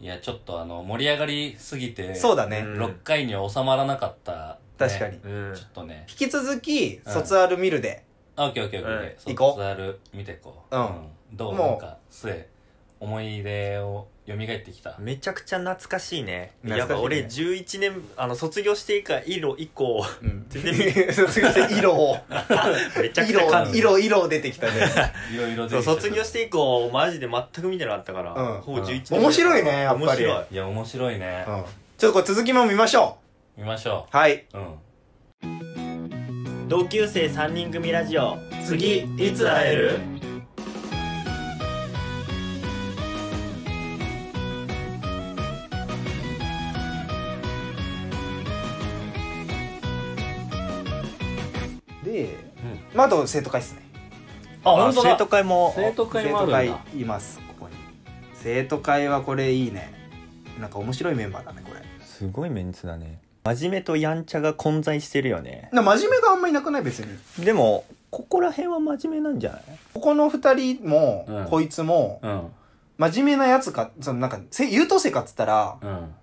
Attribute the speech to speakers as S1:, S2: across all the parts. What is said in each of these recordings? S1: いや、ちょっとあの、盛り上がりすぎて、
S2: そうだね、
S3: うん
S1: 6回には収まらなかった、ね
S2: 確かに。
S3: うん
S1: ちょっとね。
S2: 引き続き、
S1: うん
S2: 卒アル見るで。
S1: あ、オッケーオッケーオッケー。
S2: うん行こう
S1: う。ザール見てこう。
S2: うん
S1: どう
S2: もう
S1: なんか、末、思い出を蘇ってきた。
S3: めちゃくちゃ懐かしいね
S2: 懐
S3: や
S2: か
S3: っ
S2: しいね
S3: ぱ俺11年あの卒業して以降以降
S2: うん。
S3: 全然
S2: 卒業して、色を。
S3: めちゃくちゃ感
S2: 色、
S3: じ
S2: 色、色出てきたね。
S1: いろいろ出て
S3: そう
S1: きた
S3: 卒業して以降マジで全く見てなかったから、
S2: うん
S3: ほぼ11年
S2: 面白いねやっぱり
S3: 面白い
S1: いや、面白いね
S2: う。ん。ちょっとこれ続きも見ましょ
S1: 見ましょ
S2: う。はい。
S1: う。うん。
S3: 同級生3人組ラジオ
S2: 次いつ会えるで、まあ、あと生徒会ですね。
S3: あ
S1: 本当だ
S3: 生徒会も
S1: 生徒会もあるん
S2: 生
S1: だ
S2: 徒。会います、ここに。生徒会はこれいいね。なんか面白いメンバーだね、これ。
S3: すごいメンツだね真面目とやんちゃが混在してるよね
S2: な真面目があんまいなくない別に。
S3: でもここら辺は真面目なんじゃない
S2: ここの二人も、
S1: うん
S2: こいつも、
S1: うん。
S2: 真面目なやつか、そのなんか、せ優等生かっつったら、
S1: うん。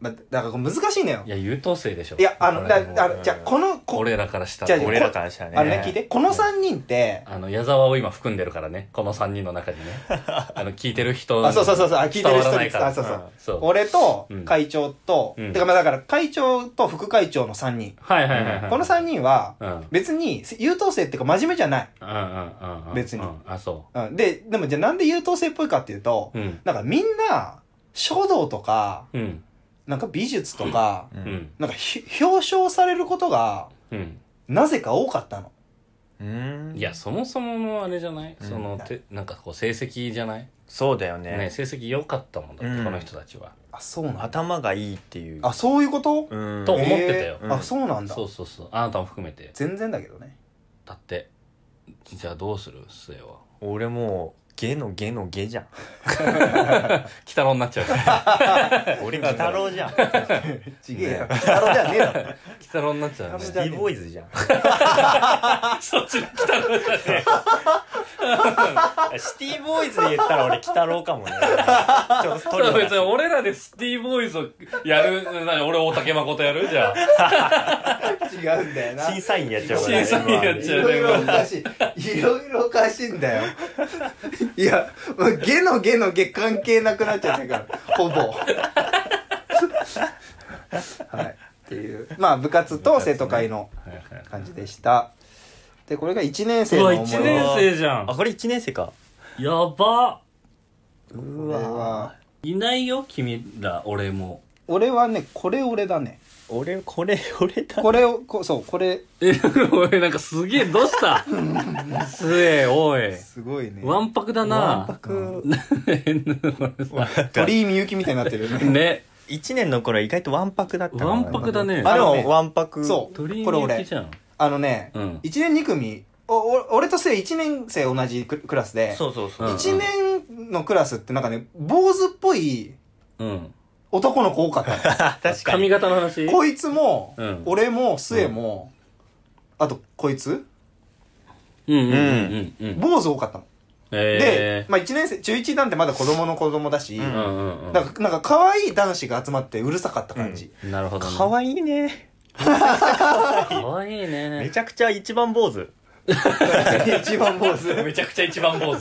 S2: まあ、だからこれ難しいのよ
S1: い。や、優等生でしょ。
S2: いや、あの、だ、
S1: 俺
S2: あのじゃあこの、こ
S1: 俺らからした
S2: じゃ
S1: ら
S2: あ、
S3: 俺らからしたらね
S2: あれね、聞いて。この三人って、
S1: あの、矢沢を今含んでるからね。この3人の 中にね。あの、聞いてる人。
S2: あ、そうそうそうそう、あ聞いてる人
S1: 伝わらない
S2: に、
S1: から
S2: あ、そうそう。
S1: そう。
S2: 俺と
S1: うん
S2: 会長と、
S1: うん
S2: てかまあだから会長と副会長の三人。
S1: はいはいはいはい。
S2: この三人は、
S1: うん。うん
S2: 別に優等生っていうか真面目じゃない。
S1: うんうんうん。
S2: 別に
S1: うんあ、そ
S2: うん、で、でもじゃあなんで優等生っぽいかっていうと、
S1: う。うん。
S2: なんかみんな、書道とか、
S1: うん。
S2: なんか美術とか、
S3: う
S1: うん。
S2: なんかひ表彰されることが、
S1: うん。
S2: なぜか多かったの。
S3: うん
S1: いや、そもそものあれじゃない
S3: うん
S1: その、てなんかこう、成績じゃない
S3: そうだよね
S1: ね、成績良かったもんだっ
S3: う
S1: て、
S3: ん
S1: この人たちは。
S2: あ、そうなんだ。
S3: 頭がいいっていう
S2: あ、そういうこと
S3: うん
S1: と思ってたよ
S2: えー
S3: うん
S2: あ、そうなんだ
S1: そ。うそうそう。あなたも含めて。
S2: 全然だけどね。
S1: だって。じゃあどうする末は。
S3: 俺もうゲのゲのゲ じゃん
S1: 鬼太郎になっちゃう から。
S3: 俺鬼太郎 じゃん
S2: ちげえよ。鬼太郎じゃねえだろ。
S1: 鬼太郎になっちゃうね。
S3: シティボーイズじゃん
S1: そっちの鬼太郎じゃねえ。
S3: シティボーイズで言ったら俺鬼太郎かもねちょっと
S1: そ
S3: トリ
S1: れ
S3: オ
S1: 別に俺らでシティボーイズをやる、なに俺大竹誠やるじゃあ。
S2: 違うんだよな。
S3: 審査員やっちゃうから
S1: 審査員やっ
S2: い
S1: ちゃう
S2: ろいろおかしい。いろいろおかしいんだよ。いや、もうゲのゲのゲ関係なくなっちゃったから、ほぼ。はい。っていう。まあ、部活と生徒会の感じでした。で、これが1年生
S1: う
S2: の
S1: わ、
S2: 思い
S1: 1年生じゃん
S3: あ。これ1年生か
S1: やば。
S2: これはい
S1: ないよ、君ら、俺も。
S2: 俺はね、これ俺だね。
S3: 俺これ俺だ
S2: これを、こそう、これ、
S1: え、 俺なんかすげえ、どう したすえ、おい。
S2: すごいね。
S1: わんぱくだ
S3: わんぱ
S1: な。
S3: く
S2: 鳥居みゆきみたいになってるよ ね。
S1: ね。
S3: 1年の頃は意外とわんぱくだったから
S1: わんぱくだね。
S3: あ
S2: あ
S3: で
S2: のね
S3: もわんぱく
S2: そう。こ
S1: 鳥
S2: れ
S1: 居みゆき
S2: 俺
S1: じ。ゃん。
S2: あのね、
S1: うん
S2: 一1年2組おお俺とせい1年生同じククラスで、
S3: そうそうそう
S1: うん
S2: 1年のクラスってなんかね、坊主っぽい
S1: うん。
S2: 男の子多 かった
S3: あ確か
S1: 髪
S3: に
S1: 型の話
S2: の。こいつも、
S1: うん
S2: 俺も、末も、あとこいつ、
S1: うんうんうんうん。
S2: 坊主多かったの。で
S1: え、
S2: まあ1年生、中1なんてまだ子供の子供だし、
S1: ー。うんうんうん。
S2: なんか、なんか可愛い男子が集まってうるさかった感じ。
S1: なるほどね。
S3: かわいいね
S1: かわいいね
S3: めちゃくちゃ一番坊主
S2: 一番坊主。
S1: めちゃくちゃ一番坊主。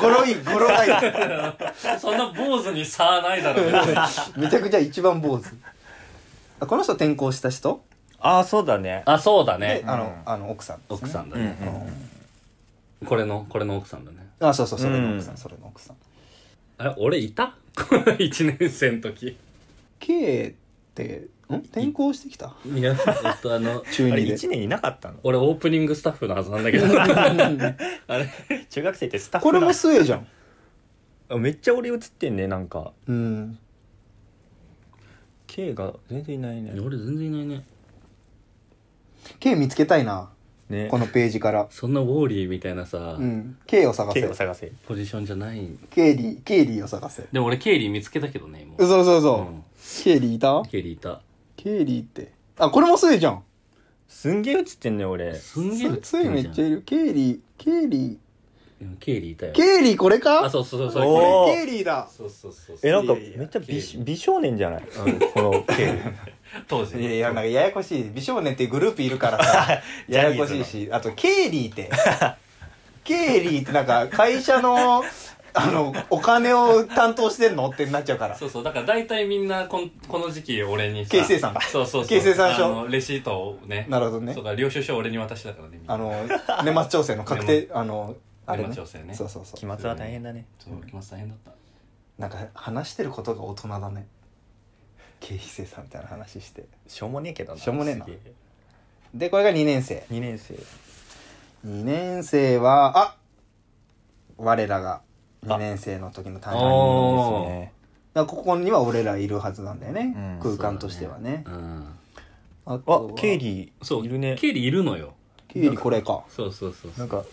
S2: ゴロイン、ゴロがいい。
S1: そんな坊主に差はないだろうね。
S2: めちゃくちゃ一番坊主。あこの人転校した人
S3: ああそうだね
S1: あ、そうだ
S2: で
S1: ね、。
S2: あ
S3: う
S2: の
S3: ん、
S2: あの、奥さんですね、
S1: 奥さんだ
S3: うんう
S1: ね。
S3: ん
S1: これの、これの奥さんだね。
S2: あ、そうそう、それの奥さん、
S3: うん
S2: それの奥さん。
S1: あれ、俺いたこの 一年生の時。
S2: K って、ん転校してきた
S1: いや、えっと、あの、
S2: 中
S3: あれ
S2: 二で。
S3: 1年いなかった の
S1: 俺オープニングスタッフのはずなん だけど。あれ
S3: 中学生ってスタッフ
S2: これ
S3: な
S2: も末じゃん。
S3: あめっちゃ俺映ってんねなんか
S2: うん。
S3: K が全然いないね
S1: 俺全然いないね。
S2: K 見つけたいな。
S3: ね
S2: このページから。
S1: そんなウォーリーみたいなさ、
S2: うん。K を探
S3: K
S2: せ
S3: を。探せ
S1: ポジションじゃない。
S2: K リー、K リーを探せ。
S1: でも俺ケイリー見つけたけどね、今。。
S2: うそうそうそううん K リーいた
S1: ケイリーいた。
S2: ?K リーって。あ、これも末じゃん。
S3: すんげえ映ってんね俺
S1: すんげえ映っ
S2: 末
S1: てん
S2: め
S1: じ
S2: っ
S1: ゃん
S2: ちゃいる。K リー、K リー。
S1: うんケイリーいたよ
S2: ケイリーこれか
S1: あそうそうそうそ
S3: おー
S2: ケイリーだ
S1: うそうそうそう
S3: えなんか
S2: いやいや
S3: めっちゃ美美少年じゃ ないこの経理
S1: 当時
S2: いやいや、なんかややこしい。美少年っていうグループいるか らさ、
S3: ジャ
S2: や
S3: ニ
S2: や
S3: ー
S2: こ
S3: ズの
S2: しいし、あと、ケイリーって、ケイリーってなんか会社の、あの、お金を担当してんのってなっちゃうから。
S1: そうそうだから大体みんなこんこの時期俺にさ
S2: 形成さんだ
S1: そうそうそう
S2: 形成さんでしょ
S1: あのレシートをね
S2: なるほどね
S1: そう。だ領収書を俺に渡してたからねみんな
S2: あの、年末調整の 確定、あの、あれね
S1: 年末調整ね
S2: そうそうそ
S3: 期末は大変だね
S1: そう期末大変だった
S2: う。なんか話してることが大人だね。経費生さんみたいな話して。
S3: しょうもねえけどな
S2: しょうもねえな
S3: すげ
S2: で、これが2年生。
S3: 2年生
S2: 2年生は、あ我らが2年生の時の担任
S1: おー
S3: そうですね
S2: だからここには俺らいるはずなんだよね、
S3: う
S2: 空
S3: ん
S2: 間としてはね
S1: うん
S2: あと
S3: あ
S2: は
S3: 経理
S1: そう
S3: いるね
S1: ケイリーいるのよ
S2: 経理これか
S1: そうそうそう
S3: なんか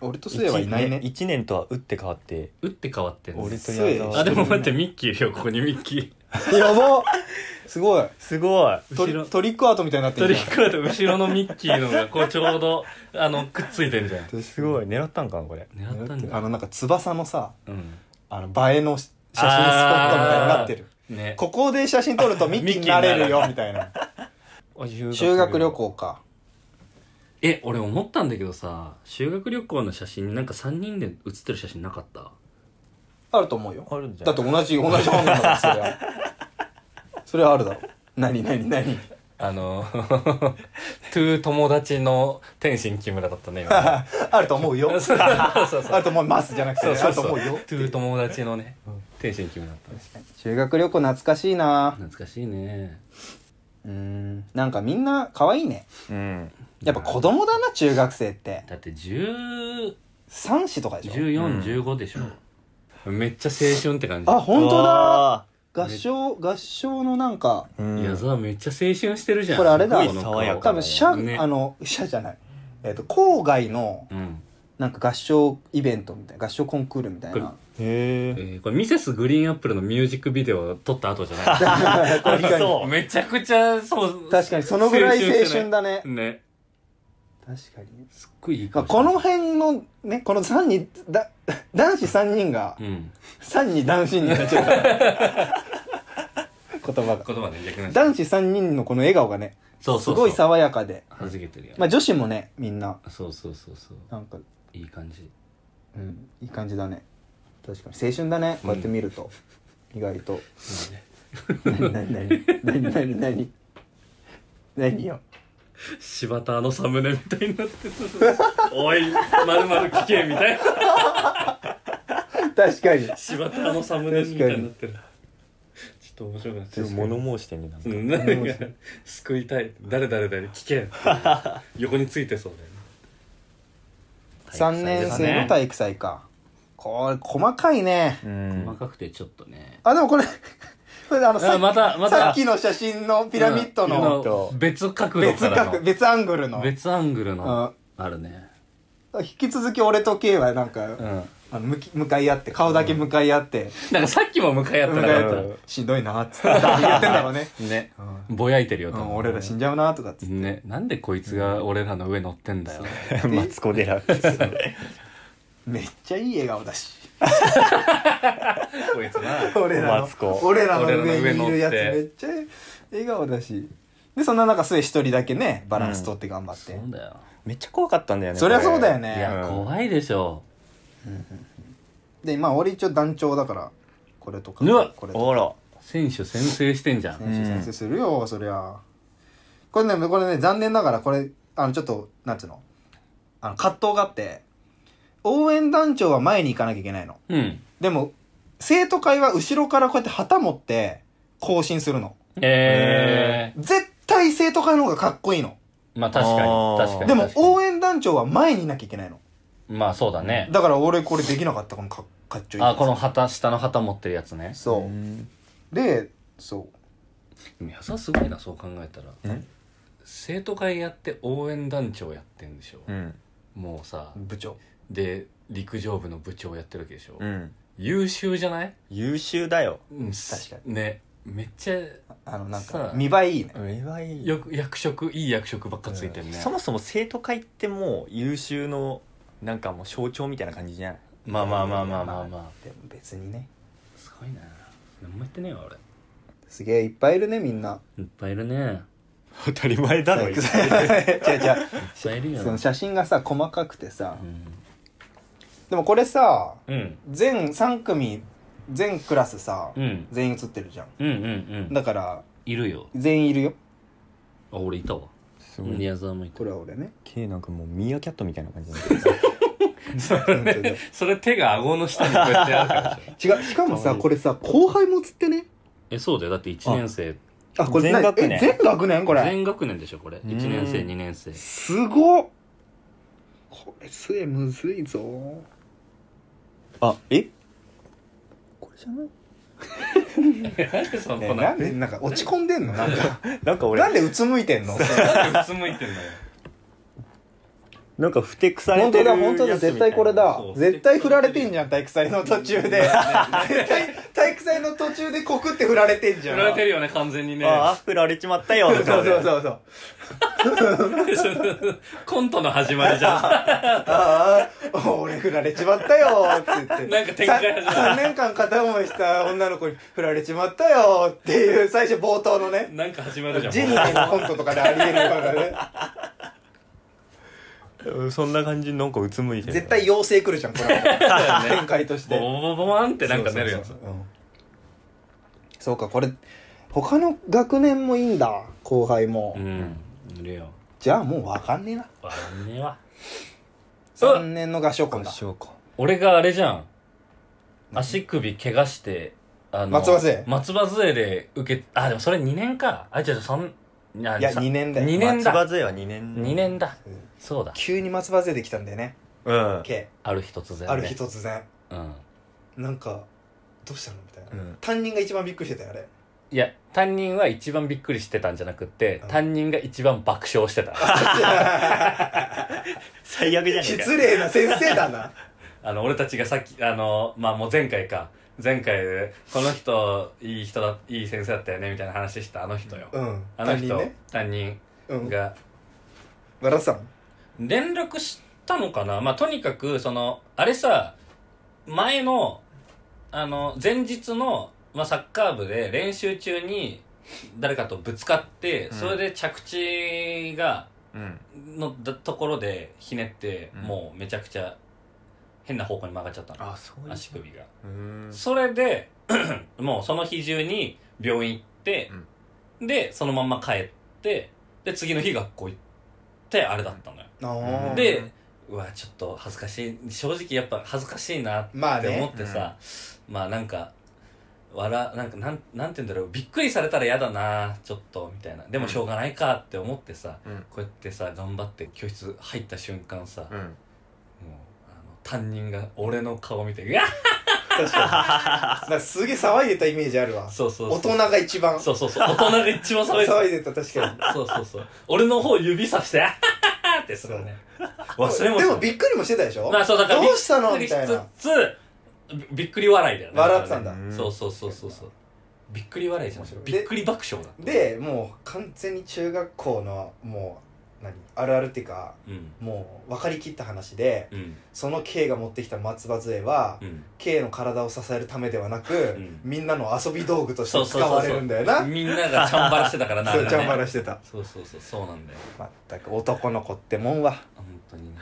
S2: 俺と末はいないね
S3: 1年とは打って変わって
S1: 打って変わってんの
S3: 俺と矢沢
S2: 末
S1: あでも待ってミッキーいるよここにミッキー
S2: やばすごい
S3: すごい
S2: ト
S1: 後ろ
S2: リトリックアートみたいになって
S1: ト
S2: る
S1: リ
S2: じゃん
S1: ックアウト後ろのミッキーのがこうちょうどあのくっついてんじゃん
S3: すごい狙ったんかなこれ
S1: 狙ったん
S2: あ
S1: だ
S2: のなんか翼のさ
S1: うん
S2: あの映えの写真スポットみたいになってる
S1: ね
S2: ここで写真撮るとミッキーになれるよみたいな
S3: あ修
S2: 修学旅行か
S1: え俺思ったんだけどさ修学旅行の写真になんか3人で写ってる写真なかった
S2: あると思うよ
S3: あるんじゃ
S2: だ
S3: な
S2: っ
S3: い
S2: て同じ同じ本なんだからそれはそれはあるだろ何何何
S1: あの トゥー友達の天心木村だったね今
S2: ああると思うよ
S1: そうそうそう
S2: あると思いますじゃなくて、
S1: そうそう
S2: あると
S1: そう
S2: 思うよ
S1: トゥー友達のね天心木村だったね
S2: 修学旅行懐かしいな
S1: 懐かしいね
S2: うんなんかみんな可愛いね
S3: うん
S2: やっぱ子供だな中学生って
S1: だって10
S2: 3子とかでしょ
S1: 1415でしょ、めっちゃ青春って感じ
S2: あ本当だ
S3: うわ
S2: 合唱合唱のなんか
S3: ーうん
S1: 矢沢めっちゃ青春してるじゃん
S2: これあれだ
S1: すごいなん
S3: 爽やか
S2: 多分社、
S1: ね
S2: あの社じゃないえっ、と郊外の
S1: うん
S2: なんか合唱イベントみたいな合唱コンクールみたいな
S3: へ
S1: え
S3: え
S1: ーこれミセスグリーンアップルのミュージックビデオを撮った後じゃな
S2: 確かに
S1: いめちゃくちゃそう
S2: 確かにそのぐらい青春だね
S1: ねね
S2: 確かに
S1: すっごいいい
S2: まあ
S1: 顔して
S2: こ
S1: る
S2: の辺のねこの3人だ 男子3人が
S1: うん
S2: 3人男子になっちゃう 言葉が
S1: 言葉ね逆に
S2: 男子3人のこの笑顔がね
S1: そうそうそう
S2: すごい爽やかで
S1: はじけてるやん、
S2: まあ女子もねみんな
S1: そうそうそうそう
S2: なんか
S1: いい感じ
S2: うんいい感じだね確かに青春だねこうやって見ると、意外と何何何何何何何よ
S1: 柴田のサムネみたいになってたおいまるまる聞けみたいな
S2: 確かに
S1: 柴田のサムネみたいになってるちょっと面白くなっちゃう
S3: 物申してんねなんか
S1: うんなんか救いたい誰誰誰聞けって横についてそうだよね
S2: 3年生の体育祭かこれ細かいね
S3: うん
S1: 細かくてちょっとね
S2: あでもこれこれあのさっき
S1: またまた
S2: さっきの写真のピラミッドの
S1: うん別角度
S2: 別
S1: からの
S2: 角別アングルの
S1: 別アングル
S2: あ
S1: のあるね
S2: 引き続き俺と K はなんか、
S1: うん
S2: あの向き向かい合って顔だけ向かい合って、
S1: なんかさっきも向かい合って
S2: 向
S1: な
S2: かい合
S1: か
S2: っ、
S1: ってた
S2: しんどいなっつって言ってんだろうね、
S1: ね
S2: う
S1: ぼやいてるよ
S2: ん
S1: 多
S2: うん
S1: 分
S2: 俺ら死んじゃうなとかっつって、
S1: ねなんでこいつが俺らの上乗ってんだよ
S3: マツコ・デ ラックス
S2: めっちゃいい笑顔だし
S1: こいつな
S2: 俺ら
S3: マツコ
S2: の俺らの
S1: 俺らの上
S2: 上にいるやつ
S1: 乗って
S2: めっちゃ笑顔だしでそんな中末一人だけねバランス取って頑張っ
S1: そ
S2: て、
S1: うだよ
S3: めっちゃ怖かったんだよね
S2: そりゃそうだよ
S1: い
S2: ね
S1: や
S3: うん
S1: 怖いでしょ
S2: でまあ俺一応団長だからこれとか
S1: うわ
S2: これとか
S3: あら
S1: 選手先制してんじゃん
S2: 選手先生するよ、そりゃこれねこれね残念ながらこれあのちょっとなんつうのあの葛藤があって応援団長は前に行かなきゃいけないの
S1: うん
S2: でも生徒会は後ろからこうやって旗持って行進するの
S1: ええ
S2: 絶対生徒会の方がかっこいいの
S1: まあ確か
S3: あ
S1: に
S3: ー
S1: 確かに
S2: でも
S1: 確かに
S2: 応援団長は前にいなきゃいけないの
S1: まあそうだね
S2: だから俺これできなかったこのかかっちょいい
S1: あこの旗下の旗持ってるやつね
S2: そううんでそう
S1: でも矢沢すごいなそう考えたら
S3: ん
S1: 生徒会やって応援団長やってんでしょ
S3: うん
S1: もうさ
S2: 部長
S1: で陸上部の部長やってるわけでしょ
S3: うん
S1: 優秀じゃない
S3: 優秀だよ
S1: うん
S2: 確か
S1: にねめっちゃ
S2: あのなん
S1: さ
S2: か
S1: あ
S2: 見栄えいいね
S3: うまい
S1: よく役職いい役職ばっかついてるね
S3: そもそも生徒会ってもう優秀のなんかもう象徴みたいな感じじゃない
S1: まあまあまあまあまあまあ
S2: でも別にね
S1: すごいな何も言ってねえわ
S2: すげえいっぱいいるねみんな
S1: 俺いっぱいいるね
S3: 当たり前 だろ
S2: 違う
S1: い
S2: 違う
S1: っぱいいるよ
S2: その写真がさ細かくてさ、
S1: うん
S2: でもこれさ
S1: うん
S2: 全3組全クラスさ、
S1: うん
S2: 全員写ってるじゃん
S1: うんうんうん
S2: だから
S1: いるよ
S2: 全員いるよ
S1: あ俺いたわ
S3: すごい
S1: 宮沢もいた
S2: これは 俺ね
S3: K なんかもうミーアキャットみたいな感じだね
S2: 本当だ違
S1: それ手が顎の下にこうやってやるからでしょ
S2: うしかもさこれさ後輩も写ってね
S1: えそうだよだって1年生
S2: あこれな
S3: 全学年
S2: え全学年これ
S1: 全学年でしょこれ
S3: ん
S1: 1年生2年生
S2: すごっこれ末むずいぞ
S3: あえこれじゃない
S1: なんでそん
S2: ねえなんでなんか落ち込んでんのなん か
S3: なんか俺
S2: なんでうつむいてんの
S1: うつむいてんのよ
S3: なんかふてくされ
S2: 本当
S3: てる
S2: だ本当だ
S3: やつみたい
S2: 絶対これだ
S1: そう
S2: 絶対振られてんじゃん体育祭の途中で絶対体育祭の途中で告って振られてんじゃん
S1: 振られてるよね完全にね
S3: ああ振られちまったよ
S2: そうそうそうそうそう
S1: コントの始まりじゃん
S2: ああ俺振られちまったよって言って
S1: なんか展開始まる
S2: 3, 年間片思いした女の子に振られちまったよっていう最初冒頭の ね
S1: なんか始まるじゃん
S2: ジニーのコントとかでありえるからね
S3: うんそんな感じなんかうつむいてる
S2: 絶対妖精来るじゃんこれは展開として
S1: ボボボボボーンってなんかなるやつ
S2: そうそうそううんそうかこれ他の学年もいいんだ後輩も、
S1: うんいるよ
S2: じゃあもう分かんねえな
S1: 笑んねえわ
S2: 3年の合唱コンだ
S3: そうか
S1: 俺があれじゃん足首怪我してあの
S2: 松葉杖
S1: 松葉杖で受けあでもそれ2年かあ違う違うそんいや
S2: いや
S1: さ
S2: 2年だよ
S1: 二年だ
S3: 松葉杖は2年
S1: 二年だ
S2: うん
S1: そうだ
S2: 急に松葉勢できたんだよね
S3: うん
S2: K
S1: ある日突然ね
S2: ある日突然
S1: うん
S2: なんかどうしたのみたいな、
S3: うん
S2: 担任が一番びっくりしてたよあれ
S1: いや担任は一番びっくりしてたんじゃなくって
S2: うん
S1: 担任が一番爆笑して た
S3: 最悪じゃねえか
S2: 失礼な先生だ な
S1: あの俺たちがさっきあのまあもう前回か前回でこの人いい人だいい先生だったよねみたいな話したあの人よ、
S2: うん
S1: あの人
S2: 担任ね
S1: 担任
S2: うん
S1: が、
S2: バラさん
S1: 連絡したのかなまあとにかくそのあれさ前のあの前日の、まあ、サッカー部で練習中に誰かとぶつかって、
S3: うん
S1: それで着地が
S3: うん
S1: のだところでひねって、
S3: うん
S1: もうめちゃくちゃ変な方向に曲がっちゃったの
S3: あそういう
S1: 足首が、
S3: うーん
S1: それで もうその日中に病院行って、でそのまんま帰ってで次の日学校行ってあれだったのよ、
S2: あー
S1: でうわちょっと恥ずかしい正直やっぱ恥ずかしいなって
S2: まあ
S1: 思っ
S2: ね
S1: てさ、まあなんか笑なんかなんなんて言うんだろうびっくりされたら嫌だなちょっとみたいなでもしょうがないかって思ってさ、
S3: うん
S1: こうやってさ頑張って教室入った瞬間さ、もう
S3: うん
S1: あの担任が俺の顔見て「うわっ
S2: 確か になんかすげえ騒いでたイメージあるわ
S1: そうそうそう
S2: 大人が一番
S1: そうそうそう大人が一番騒いで
S2: 騒いでた確かに
S1: たそうそうそう俺の方指さして「あはははってするね忘れもし
S2: で
S1: ない
S2: もびっくりもしてたでしょ、
S1: まあそうだから
S2: どうしたの
S1: びっ
S2: み
S1: く
S2: た
S1: り
S2: い
S1: し
S2: な
S1: つつびびっくり笑いだよね
S2: 笑ってたんだ、
S3: うん
S1: そうそうそうそうそうびっくり笑いじゃん
S2: 面白い
S1: びっくり爆笑だ
S2: でもう完全に中学校のもう何あるあるっていうか
S1: うん
S2: もう分かりきった話で
S1: うん
S2: その K が持ってきた松葉杖は、
S1: うん
S2: K の体を支えるためではなく、
S1: ん
S2: みんなの遊び道具とし
S1: そう
S2: て使
S1: そうそう
S2: わ
S1: そう
S2: れるんだよなそう
S1: みんながチャンバラしてたから な
S2: ちゃんば
S1: ラ
S2: らしてた
S1: そうそうそうそうなんだよ
S2: まったく男の子ってもんは
S1: 本当にね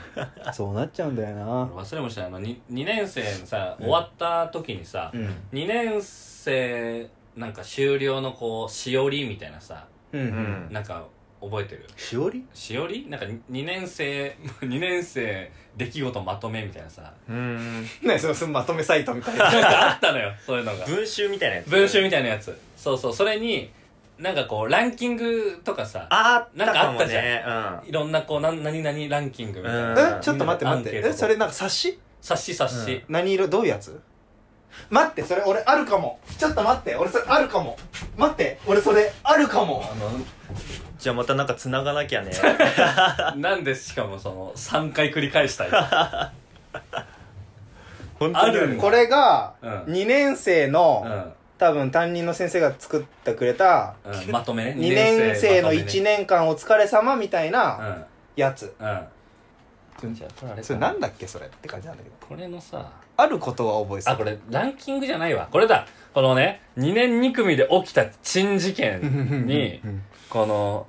S2: そうなっちゃうんだよな
S1: 俺忘れもしないあの 2, 二年生のさ終わった時にさ
S2: うん
S1: 2年生なんか終了のこうしおりみたいなさ
S2: うん、
S3: うん
S1: なんか覚えてる
S2: しおり
S1: しおりなんか2年生2 年生出来事まとめみたいなさ
S3: うーん
S2: ねそのそのまとめサイトみたいな
S1: なんかあったのよそういうのが
S3: 文集みたいなやつ
S1: 文集みたいなやつそうそうそれになんかこうランキングとかさ
S3: あー
S1: なんかあったじ
S3: ゃ
S1: いろんなこうなん何々ランキングみたいな
S3: う
S2: え
S3: ん
S2: ちょっと待って待っ
S1: アンケー
S2: て
S1: ト
S2: えそれなんか冊子
S1: 冊子冊子
S2: 何色どういうやつ待ってそれ俺あるかもちょっと待って俺それあるかも待って俺それあるかも
S1: あ
S3: じゃあまたなんか繋がなき ゃね
S1: のなんでしかもその3回繰り返したい
S3: 本
S1: あるんだ
S2: これが
S1: うん
S2: 2年生
S1: う
S2: の
S1: ん
S2: 多分担任の先生が作ってくれた
S1: うんまとめね
S2: 2年生の
S1: 一
S2: 1年間お疲れ様みたいな
S1: うん
S2: やつ
S1: うんじゃあこれあれか
S2: それなんだっけそれって感じなんだけど
S1: これのさ
S2: あることは覚えてた
S1: あこれランキングじゃないわこれだこのね2年2組で起きた珍事件にこの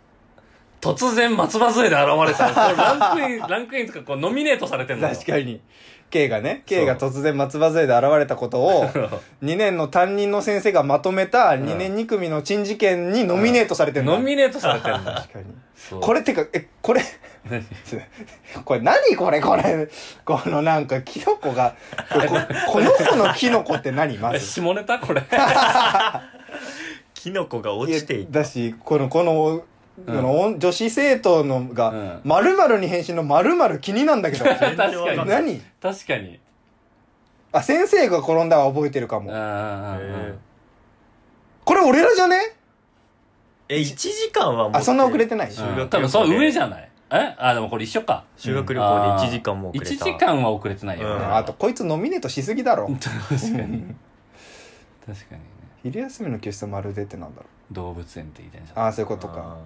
S1: 突然松葉杖で現れたこれランクインランクインとかこうノミネートされてんのよ
S2: 確かに K がね K が突然松葉杖で現れたこと を2年の担任の先生がまとめた2年2組の珍事件にノミネートされてる
S1: ノミネートされてんの
S2: 確かに
S1: そう
S2: これってかえこれ これ何これこれこのなんかキノコがここの子のキノコって何ま
S1: え
S2: ず
S1: 下ネタこれ
S3: キノコが落ちてい
S2: いや
S3: た
S2: だしこのこの,、
S1: うん
S2: この女子生徒のが
S1: う
S2: 「まるに変身の「まる気になんだけ ど
S1: 確かに
S2: 何
S1: 確かに
S2: あ先生が転んだは覚えてるか
S1: うん
S2: も
S1: うんうんう
S3: え
S1: ん
S2: これ俺らじゃね
S3: え1時間はもう
S2: あそんな遅れてない
S3: 修
S1: うん
S3: 学旅行で
S1: 多分その上じゃないえあでもこれ一緒か
S3: 修学旅
S1: あ
S3: 行
S1: ー
S3: で1時間も遅れた
S1: 1時間は遅れてないよ、
S3: うん
S1: ね
S2: あとこいつノミネートしすぎだろ
S1: 確かに確かにね
S2: 昼休みの教室まるでってなんだろ
S1: 動物園って言いたいじゃん
S2: ああそういうことか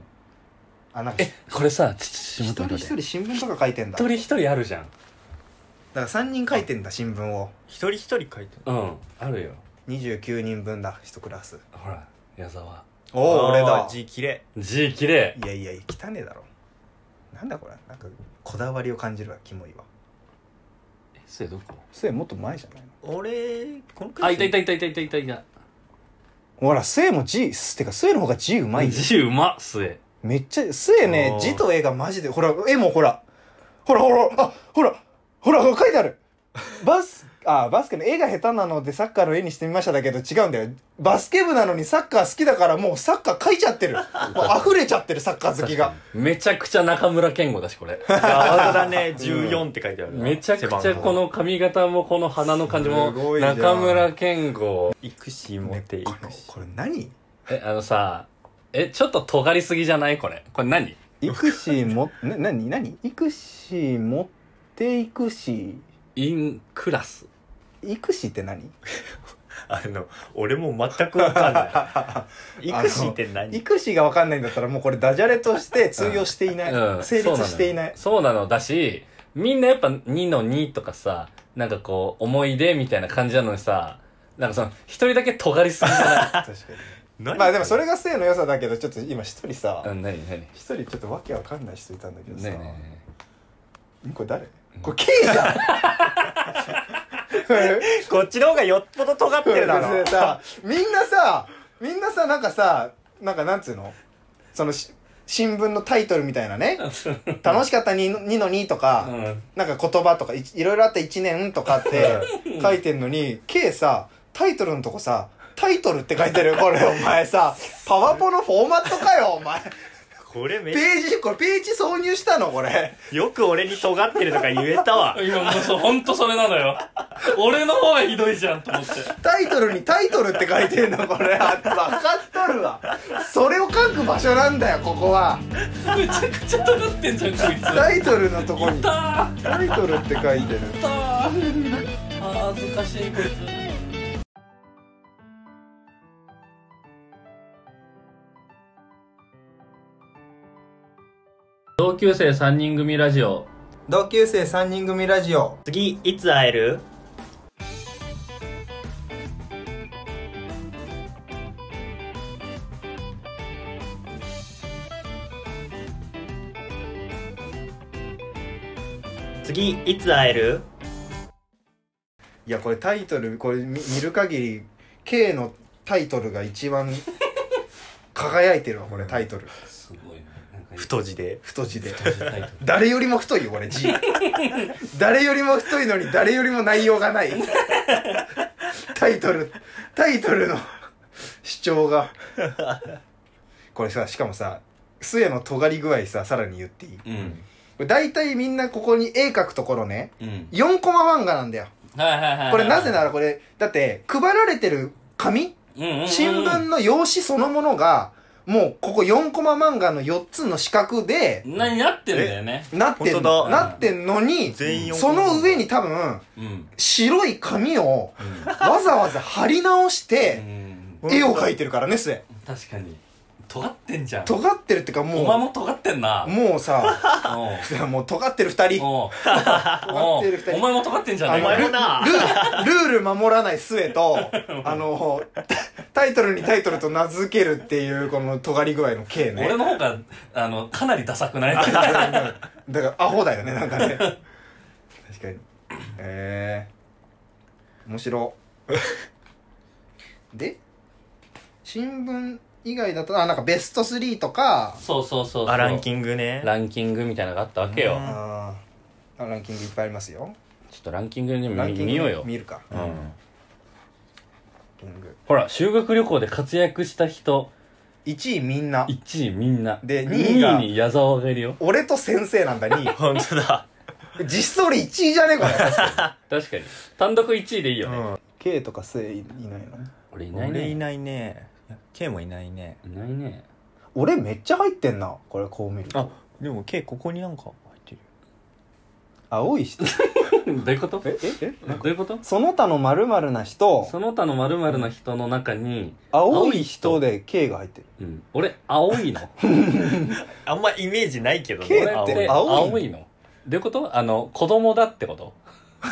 S2: あなんか
S1: えこれさちち
S2: 一
S1: ちょっと待
S2: 人一
S1: って
S2: 人新聞とか書いてんだ
S1: 一人一人あるじゃん
S2: だから3人書いてんだ新聞を
S3: 一人一人書いてる
S1: うんあるよ
S2: 29人分だ1クラス
S1: ほら矢沢
S2: おお俺だ
S3: あー字綺麗
S1: G 綺麗
S2: いやいや汚ねえだろなんだこれなんかこだわりを感じるわキモいわ
S1: えそれどこ
S2: それもっと前じゃないの
S3: 俺この
S1: あいたいたいたいたいたいたいた
S2: ほら末も G すてか末の方が G うまいよ
S1: G うまっすえ
S2: めっちゃ末ね
S3: おー
S2: 字と絵がマジでほら絵もほらほらほらあほらほら書いてあるバスあバスケの絵が下手なのでサッカーの絵にしてみましただけど違うんだよバスケ部なのにサッカー好きだからもうサッカー書いちゃってるもう溢れちゃってるサッカー好きが
S1: めちゃくちゃ中村健吾だしこれ
S3: あ本当だね14って書いてあるな
S1: めちゃくち
S3: 背
S1: ゃ
S3: 番号
S1: この髪型もこの鼻の感じも
S2: すごいじゃん
S1: 中村健吾
S3: 行くし持ってい
S2: この
S3: くし
S2: これ何
S1: えあのさえちょっと尖りすぎじゃないこれこれ何
S2: 育児もな何何育児持っていくし
S1: インクラス
S2: 育児って 何
S3: あの俺も全くわかん ない行くしって何
S2: 育児が分かんないんだったらもうこれダジャレとして通用していない、
S1: うん
S2: 成立していない
S1: そうなのよそうなのだしみんなやっぱ2の2とかさなんかこう思い出みたいな感じなのにさなんかその一人だけ尖りすぎじゃ
S2: 確かに
S3: 何
S2: まあでもそれが性の良さだけどちょっと今一人さ
S1: ないうん何何ね
S2: 一、人ちょっとわけわかんない人いたんだけ
S1: え
S2: どさ、
S1: ねえね
S2: これ誰これ K じゃん これ
S3: こっちの方がよっぽど尖ってるだろ
S2: でさみんなさみんなさなんかさなんかなんつうのそのし新聞のタイトルみたい なね「楽しかったに2の2」とか、
S1: えうん
S2: なんか言葉とかいいろいろあった1年とかって書いてんのに K さタイトルのとこさタイトルって書いてるこれお前 さパワポのフォーマットかよお前
S3: これめっ
S2: ページこれページ挿入したのこれ
S3: よく俺に尖ってるとか言えたわ
S1: 今もうそう本当それなのよ俺の方がひどいじゃんと思って
S2: タイトルにタイトルって書いてんのこれあ分かっとるわそれを書く場所なんだよここは
S1: めちゃくちゃ尖ってんじゃんこいつ
S2: タイトルのとこに
S1: たー
S2: タイトルって書いてる
S1: たー恥ずかしいこいつ同級生3人組ラジオ
S2: 同級生3人組ラジオ
S3: 次いつ会える次いつ会える
S2: いやこれタイトルこれ見見る限り K のタイトルが一番輝いてるわこれタイトル
S1: すごいね
S3: 太字で
S2: 太字で
S1: タイト
S2: 誰よりも太いよこれ G 誰よりも太いのに誰よりも内容がないタイトルタイトルの主張がこれさしかもさ末の尖り具合ささらに言っていいこ
S1: ルうん
S2: れ大体みんなここに絵描くところね
S1: うん
S2: 4コマ漫画なんだよ
S1: はいはいはい
S2: これなぜならこれだって配られてる紙
S1: うんうんうん
S2: 新聞の用紙そのものがもうここ4コマ漫画の4つの四角で
S1: なになってんだよね
S2: なってん
S3: 本当だ
S2: なってんのに、
S3: 全員
S2: その上
S3: に
S2: に多分、
S1: うん
S2: 白い紙をわざわざ貼り直し
S1: う
S2: て、
S1: ん
S2: 絵を描いてるからね、末。
S1: 確かに尖ってんじゃん。
S2: 尖ってるってかも
S1: お
S2: う
S1: 前も尖ってんな。
S2: もうさ
S1: おう
S2: もう尖ってる二人
S1: おう
S2: 尖
S1: お
S2: っ
S1: う
S2: てる二人
S1: お前も尖ってんじゃ
S2: あ
S1: ね
S2: の
S1: えか
S3: お前も
S1: よ。
S3: な
S2: ルルルール守らない末 とあのタイトルにタイトルと名付けるっていうこの尖り具合の系ね
S1: 俺の方が、あの、かなりダサくない
S2: だからアホだよねなんかね確かにえー、面白 で新聞以外だとあなんかベスト3とか
S1: そうそうそうそう。
S3: あランキングね
S1: ランキングみたいなのがあったわけ
S3: う
S1: よ
S3: ん。
S2: あーあランキングいっぱいありますよ
S1: ちょっとランキングにも
S2: ラン
S1: 見
S2: キング
S1: 見ようよ。
S2: 見るか
S1: う
S2: ラン
S1: ん。
S2: キング
S1: ほら、修学旅行で活躍した人、
S2: 1位みんな
S1: 1位みんな。
S2: で
S1: 2
S2: 2位が
S1: 位に矢沢がいるよ。
S2: 俺と先生なんだ に
S3: 本当だ
S2: 実質俺1位じゃねえこ れ
S1: 確かに。単独1位でいいよね。
S2: K とか生いないの
S1: 俺いないね。
S3: 俺いないね K もいないね
S1: いないね。
S2: 俺めっちゃ入ってんなこれこう見ると
S3: あでも K ここになんか入ってる
S2: 青い 人
S1: どういうこと
S2: ええ
S1: どういうこと
S2: その他の〇〇な人
S1: その他の〇〇の人の中に、
S2: 青
S1: 青
S2: い
S1: い
S2: 人
S1: 人
S2: で K が入ってる
S1: うん、俺、青い の。
S3: あんまイメージないけど
S2: K って
S1: 俺
S3: 青い
S2: 青いの
S1: 青いの。どういうことあの、子供だってこと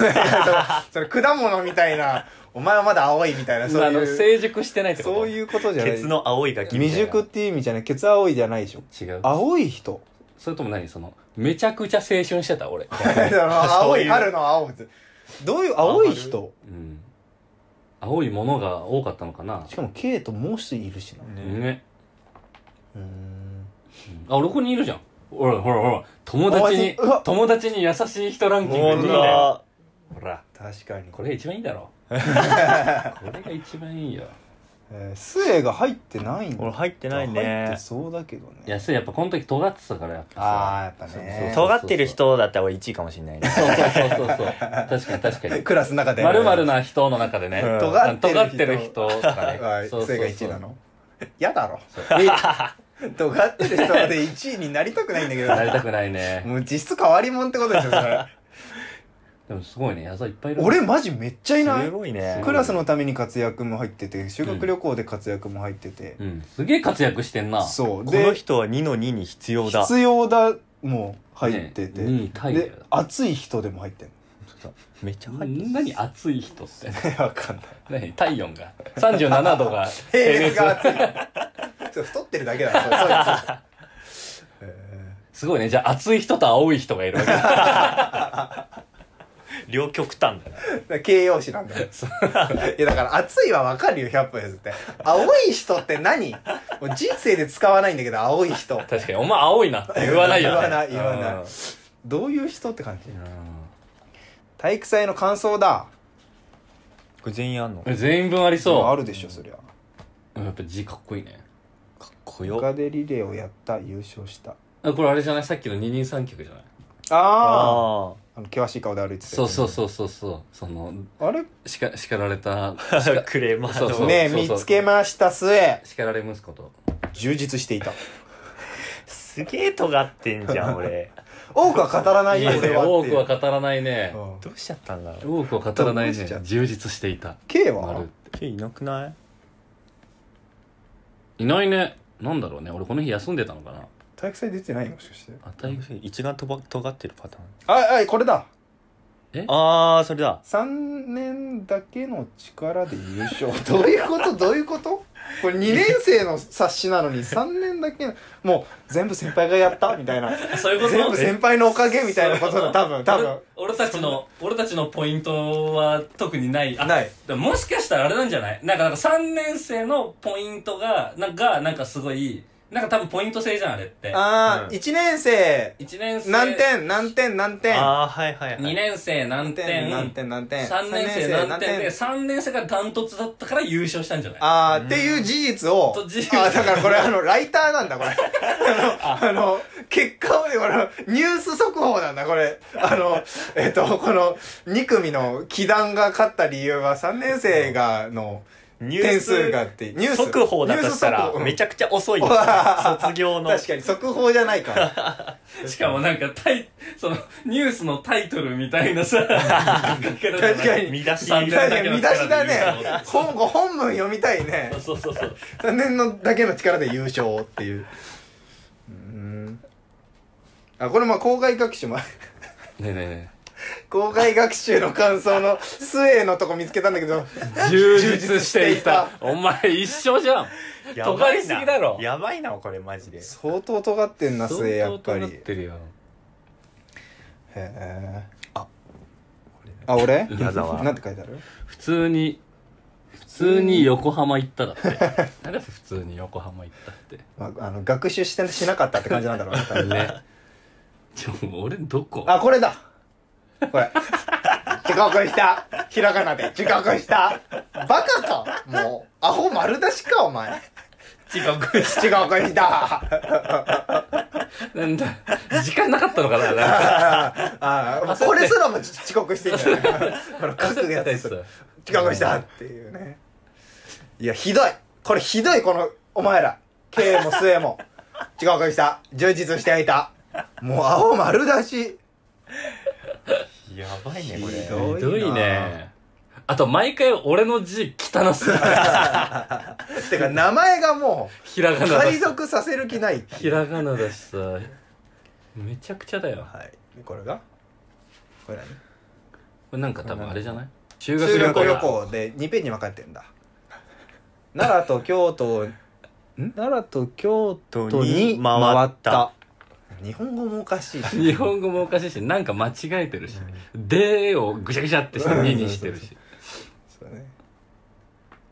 S2: それ果物みたいなお前はまだ青いみたいな
S1: あの、成熟してないってこと
S2: そういうことじゃない
S3: ケツの青いガキみ
S2: 未
S3: たいな
S2: 熟っていう意味じゃないケツ青いじゃないでしょ
S1: 違う。
S2: 青い人
S1: それとも何その、めちゃくちゃ青春してた、俺。
S2: その 青
S3: そう
S2: い
S3: いう
S2: 春の青どういう青い人
S1: うん。青いものが多かったのかな
S2: しかも K ともう一人いるしな
S3: ね
S1: ね。
S2: うーん
S1: あ、俺ここにいるじゃん。ほらほらほら、友達に
S2: 友達うわ、
S1: 友達に優しい人ランキング
S3: 本
S1: にい
S3: 当
S1: いねほ
S3: だ
S1: ら、
S2: 確かに
S1: これが一番いいだろ。これが一番いいよ。
S2: えースエが入ってないんだ
S3: 俺入ってない
S2: 入っ
S3: ね
S2: てそうだけど
S1: い
S2: ね
S1: や、それやっぱこの時尖ってたから、やっぱ
S2: あーやっぱ
S1: そう
S2: ね
S1: そうそう
S3: 尖ってる人だったら俺1位かもしれないね
S1: そうそうそうそうそう。確かに確かに。
S2: クラスの中で
S1: まるまるな人の中でね。
S3: うん
S2: 尖ってる人
S1: 尖ってる人とかね。
S2: はい
S1: そう
S2: そ
S1: そう
S2: れ
S1: そ
S2: が
S1: う
S2: 1位な の嫌だろえ尖ってる人まで1位になりたくないんだけど
S1: なりたくないね。
S2: もう実質変わり者ってことですよそ れ
S1: でもすごいね、野菜いっぱいいる。
S2: 俺マジめっちゃいない
S3: すごいね
S2: クラスのために活躍も入ってて修学旅行で活躍も入ってて
S1: う、ん。すげえ活躍してんな。
S2: そう
S3: この
S2: で
S3: 人は2の2に必要だ
S2: 必要だも入ってて、
S1: ね二位タイだよ
S2: で熱い人でも入ってん
S3: めっちゃ入ってる
S1: 何熱い人って。
S2: の わかんない
S1: 何体温が。37度が
S2: 平
S1: 平
S2: 熱
S1: 熱。
S2: が熱いちょっと太ってるだけだなそれ そいつえ
S1: すごいね。じゃあ熱い人と青い人がいるわけ だ。
S3: 両極端だな
S2: ーだから形容詞なんだよいやだから熱いはわかるよ100歩譲って青い人って何もう人生で使わないんだけど青い人
S1: 確かに、お前青いなって言わないよね。
S2: 言わない言わないどういう人って感じ体育祭の感想だ
S3: これ全員あんの
S1: うん全員分あり
S2: あ
S1: そ
S2: るでしょそりゃ
S1: う。やっぱ字かっこいいね。
S3: かっこ
S2: 他
S3: よ
S2: でリレーをやった優勝した
S1: あこれあれじゃないさっきの二人三脚じゃない
S2: ああ
S3: あ
S2: あの険しい顔で歩いてて
S1: そうそうそうそうそう。その、
S2: あれね
S1: しか、叱られた、
S3: あ クレーマー
S1: そうそう
S2: え見つけました末
S1: 叱られ息子と。
S2: 充実していた
S3: すげえ尖ってんじゃ ん俺
S2: 多くは語らない
S1: い
S2: よ
S1: やい
S2: 俺
S1: や
S2: は
S1: 多
S2: ってい
S1: く
S2: う
S1: は語らないね。
S2: うん
S3: どうしちゃったんだろう
S1: 多くは語らない
S2: どうしちゃ
S1: ね
S2: う。
S1: 充実していた。
S2: K
S1: な
S2: は
S1: る
S3: いなくない
S1: いないね。なんだろうね。俺この日休んでたのかな。
S2: 体育祭出てないもしかして
S1: あたい、
S3: 一眼とば尖ってるパターン
S2: ああこれだ
S3: ああそれだ
S2: 3年だけの力で優勝 どういうことどういうことこれ2年生の冊子なのに3年だけのもう全部先輩がやったみたいな
S1: そういう
S2: 全部先輩のおかげみたいなことだ多分多分
S1: 俺たちの、俺たちのポイントは特にない。あ
S2: ない
S1: でももしかしたらあれなんじゃないなんかなんか3年生のポイントが、なんか、なんかすごい、なんか多分ポイント制じゃん、あれって。
S2: ああ、
S3: うん
S2: 一1年生
S1: 1年生。
S2: 何点何点何点
S3: ああはいはいはい
S1: 2年生何点
S2: 何点何点
S1: 3年生何点で3年生がダントツだったから優勝したんじゃない
S2: あーっていう事実を
S1: と事実
S2: あーだからこれあのライターなんだこれ あのあの結果をこのニュース速報なんだこれあのえっとこの2組の気団が勝った理由は3年生がの
S3: ニュー
S2: 点
S3: ス
S2: 数がってニュース
S3: 速報だとした
S2: ニュース
S3: ら
S2: 速報うん
S3: めちゃくちゃ遅いよ卒業の
S2: 確かに速報じゃないから
S1: しかもなんかタイ、その、ニュースのタイトルみたいな さ、確
S2: 確かに
S3: 見出し
S1: 三
S2: 見
S1: 見
S2: 出
S1: 出
S2: し
S1: しだ
S2: だね
S1: けの力で言う
S2: 本本文読みたいね
S1: そうそうそう。
S2: 3年のだけの力で優勝っていううんあこれまあ校外学習も
S1: ねえねえね
S2: 校外学習の感想の末のとこ見つけたんだけど
S1: え。充実していた。お前一緒じゃん。
S3: やば
S1: 尖
S3: いな
S1: りすぎだろ
S3: やばいなこれマジで
S2: 相当尖ってんな末やっぱり
S1: 相当尖ってるよ。
S2: へえ
S3: あ
S2: あ俺
S3: 矢沢
S2: なんて書いてある
S1: 普通に、普通に横浜行っただって。なんで普通に横浜行ったって。
S2: まあ、あの学習してしなかったって感じなんだろうな多分
S1: ね。ちょ、俺どこ
S2: あこれだこれ 時間こしたひらがなで時間こしたバカかもうアホ丸出しかお前
S1: 時間こいつ
S2: 時間こした
S1: なんだ。時間なかったのかななんか。
S2: ああこれすらも遅刻してんじゃないこ の覚やったりする時間こしたっていうねいやひどいこれひどいこのお前ら経営も末も時間こした充実していたもうアホ丸出し
S3: やばいねこ
S2: ひ
S3: れ
S2: ど
S1: ひどいね。あと、毎回俺の字汚すぎる。
S2: てか名前がもう
S1: ひらがなだ
S2: 海
S1: し。
S2: 賊させる気ないっていう
S1: ひらがなだしさ。めちゃくちゃだよ。
S2: はいでこれがこれ何
S1: これなんか多分あれじゃない修
S2: 修
S1: だ
S2: 学旅行で2ページに分かれてんだ奈良と京都を奈良と京都に回
S3: 回
S2: っ
S3: ったた
S2: 日本語もおかしい し
S1: 日本語もおかしいし、なんか間違えてるし。でをぐちゃぐちゃってして、ににしてるし。
S2: そうね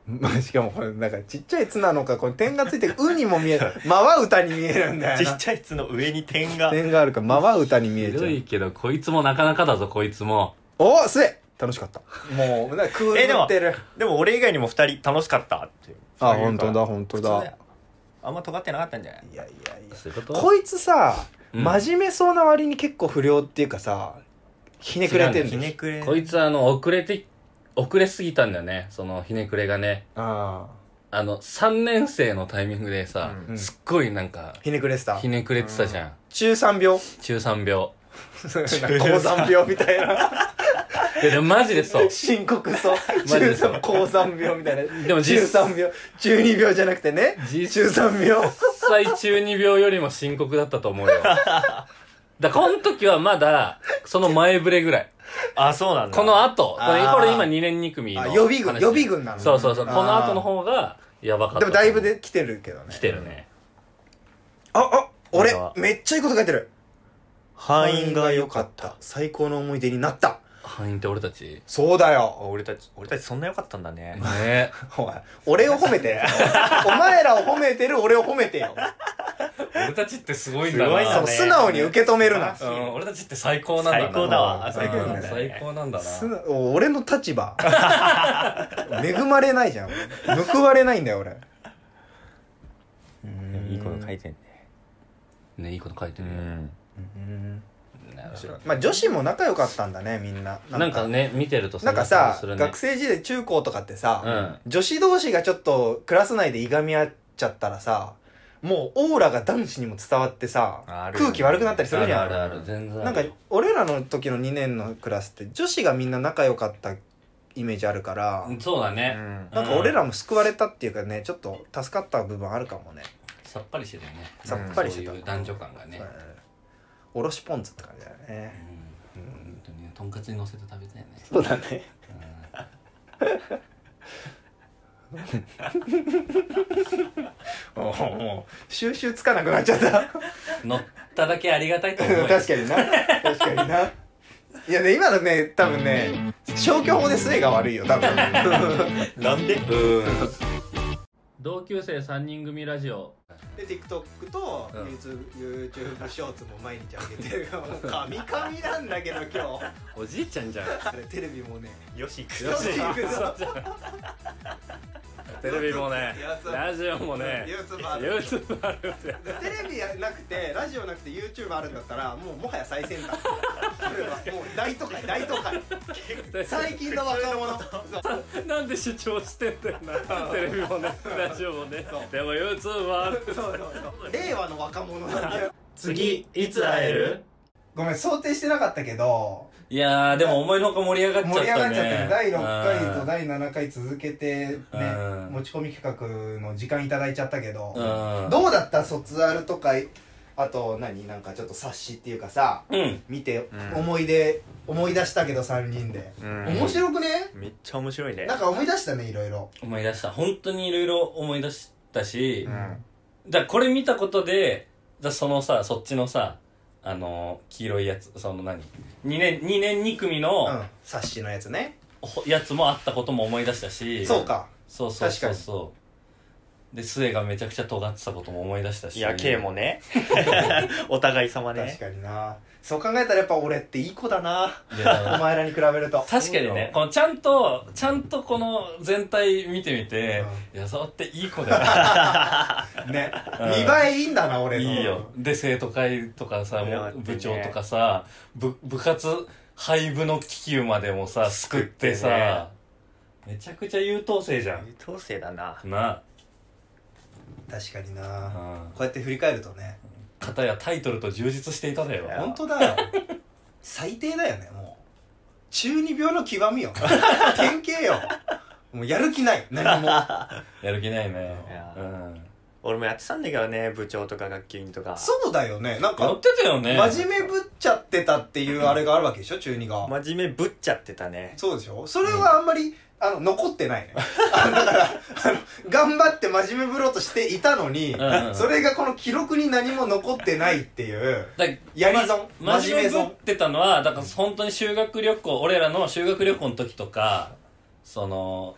S2: まあ、しかもこれなんかちっちゃい「つ」なのかこれ点がついてる「う」にも見える「まわ歌」に見えるんだよ
S3: ちっ
S2: な
S3: ちゃいつの上に点が
S2: 点があるから「まわ歌」に見え
S1: ひ
S2: ち
S1: ど
S2: ゃ
S1: いうけど、こいつもなかなかだぞ、こいつも。
S2: おすえ楽しかったもうなんかクール
S3: えでも
S2: ってる
S3: でも俺以外にも二人楽しかったって
S2: あ本当だ本当
S3: 普通
S2: だ
S3: だよあんま尖ってなかったんじゃない
S2: いやいやいや
S1: そういうこと
S2: こいつさ、
S1: うん
S2: 真面目そうな割に結構不良っていうかさひねくれて
S1: 違
S2: んだ
S3: ひ
S2: よ
S3: ねくれ
S1: こいつあの、遅れて、遅れすぎたんだよね。その、ひねくれがね。
S2: あ
S1: あの、3年生のタイミングでさ、
S2: うん
S1: すっごいなんか
S2: あ、ひねくれてた
S1: ひねくれてたじゃん。
S2: 中三病
S1: 中3病。
S2: 高三病みたいない
S1: や、でもマジで そう。
S2: 深刻そう
S1: マジ
S2: 中
S1: でそう
S2: 三高三病みたいな
S1: でも実
S2: 中三病中二病じゃなくてね
S1: 実
S2: 中 三病
S1: 実際中二病よりも深刻だったと思うよ。だからこの時はまだ、その前触れぐらい。
S3: あそうなんだ
S1: この後、これ
S2: あー
S1: これ今2年2組の
S2: あ
S1: 話。
S2: 予備軍予備軍なの
S1: そうそうそう。
S2: あ
S1: こ
S2: ー
S1: の後の方が、やばかった。
S2: でもだいぶで来てるけどね
S1: 来てるね。
S2: ああ俺
S3: これは
S2: めっちゃいいこと書いてる
S3: 範囲が良かった
S2: た最高の思い出になった
S1: 範囲って俺たち。
S2: そうだよ
S3: あ俺たち俺たちそんな良かったんだね
S1: ね
S2: お前、俺を褒めて。お前らを褒めてる俺を褒めてよ。
S1: 俺たちってすごいん
S3: だな
S2: その素直に受け止めるな。
S3: 素晴らしい
S1: 俺たちって最高
S3: なんだな最高だわ
S2: 最高なんだね
S1: 最高なんだな。
S2: 素直俺の立場。 恵まれないじゃん。報われないんだよ、俺。
S3: いいこと書いてんね
S1: ね、いいこと書いて
S3: う
S1: るよ。
S3: ん
S1: なるほど
S2: まあ、女子も仲良かったんだね、みんな。
S1: なんかね、見てると
S2: なんか
S1: そ
S2: さ、
S1: 感じするね
S2: 学生時代中高とかってさ、
S1: う
S2: 女子同士がちょっとクラス内でいがみ合っちゃったらさ、もうオーラが男子にも伝わってさ
S3: あ、るよね
S2: 空気悪くなったりするじゃん。
S1: あるあるある、全然ある。
S2: なんか俺らの時の2年のクラスって女子がみんな仲良かったイメージあるから、
S1: そうだね、
S3: うん
S2: なんか俺らも救われたっていうかねちょっと助かった部分あるかもね
S1: さっぱりしてたよね
S2: さっぱりしてた、
S1: そういう男女感がね、
S2: そうだねおろしポン酢って感じだよ
S1: うん
S2: ね、
S1: 本当にねとんかつに乗せて食べたいね
S2: そうだねもうもう収集つかなくなっちゃった
S1: 乗っただけありがたいと思うよ
S2: 確かにな確かにないやね今のね多分ね消去法で末が悪いよ 多分
S3: なんで
S2: うん
S1: 同級生3人組ラジオ
S2: で TikTok と
S1: うん
S2: YouTube, YouTube ショーツも毎日上げてるカミカミなんだけど今 日
S1: おじいちゃんじゃん
S2: あれテレビもね
S3: よし行く
S2: よし行くぞ
S1: じゃんテレビもね
S4: やつ
S1: ラジオもね
S4: YouTube ある
S1: YouTube あるって
S4: テレビやなくてラジオなくて YouTube あるんだったらもうもはや最先端これはもう大都会大都会最近の若者そう
S1: なんで主張してんだよなテレビもねラジオもねでも YouTube もある
S4: そうそうそう 令和の若者なんだよ
S3: 次いつ会える
S2: ごめん、想定してなかったけど、
S1: いやーでも思いのほか盛り上がっちゃった
S2: 盛
S1: ね
S2: り上がっちゃったね。第6回
S1: う
S2: と
S1: ん
S2: 第7回続けて、ね
S1: う、ん
S2: 持ち込み企画の時間いただいちゃったけど、
S1: うん
S2: どうだった卒アルとか、あと何、なんかちょっと冊子っていうかさ、
S1: うん
S2: 見て
S3: うん
S2: 思い出、思い出したけど3人で。
S3: うん
S2: 面白くね
S3: めっちゃ面白いね
S2: なんか思い出したね、いろいろ。
S1: 思い出した本当にいろいろ思い出したし、
S3: うん
S1: だからこれ見たことでだそのさそっちのさあのー黄色いやつその何2年二年2組の
S2: うん、冊子のやつね。
S1: ほやつもあったことも思い出したし
S2: そうか。
S1: そうそう
S2: 確か
S1: そう
S2: に
S1: そうで末がめちゃくちゃ尖ってたことも思い出したし
S3: いや K も ねお互い様
S2: 確
S3: ね
S2: かにな。そう考えたらやっぱ俺っていい子だな。
S1: い
S2: お
S1: や
S2: 前らに比べると。
S1: 確かにねこのちゃんとちゃんとこの全体見てみて、矢沢っていい子だよ
S2: ね、
S1: うん
S2: 見栄えいいんだな俺の
S1: いいよで生徒会とかさ
S3: いや
S1: もう
S3: ね
S1: 部長とかさ部部活廃部の危機までもさ救って
S3: 救ってね
S1: さめちゃくちゃ優等生じゃん
S3: 優等生だな
S1: な
S2: 確かに
S1: あ
S2: な
S1: うん
S2: こうやって振り返るとね
S1: 片やタイトルと充実していただよ
S3: いや
S2: 本当だ よ最低だよねもう中二病の極みよ典型よもうやる気ない 何も
S1: やる気ないね
S3: いや
S1: うん
S3: 俺もやってたんだけどね部長とか学級委員とか
S2: そうだよねなん
S1: や
S2: か
S1: ってたよね
S2: 真面目ぶっちゃってたっていうあれがあるわけでしょ中二が
S3: 真面目ぶっちゃってたね
S2: そうでしょそれはあんまり、あの残ってないねあのだからあの頑張って真面目ぶろうとしていたのに、
S1: うんうん
S2: それがこの記録に何も残ってないっていう
S1: だ
S2: やり損
S1: ま
S2: 真
S1: 真面
S2: 面目
S1: 目
S2: 損
S1: ぶってたのはだから本当に修学旅行俺らの修学旅行の時とかその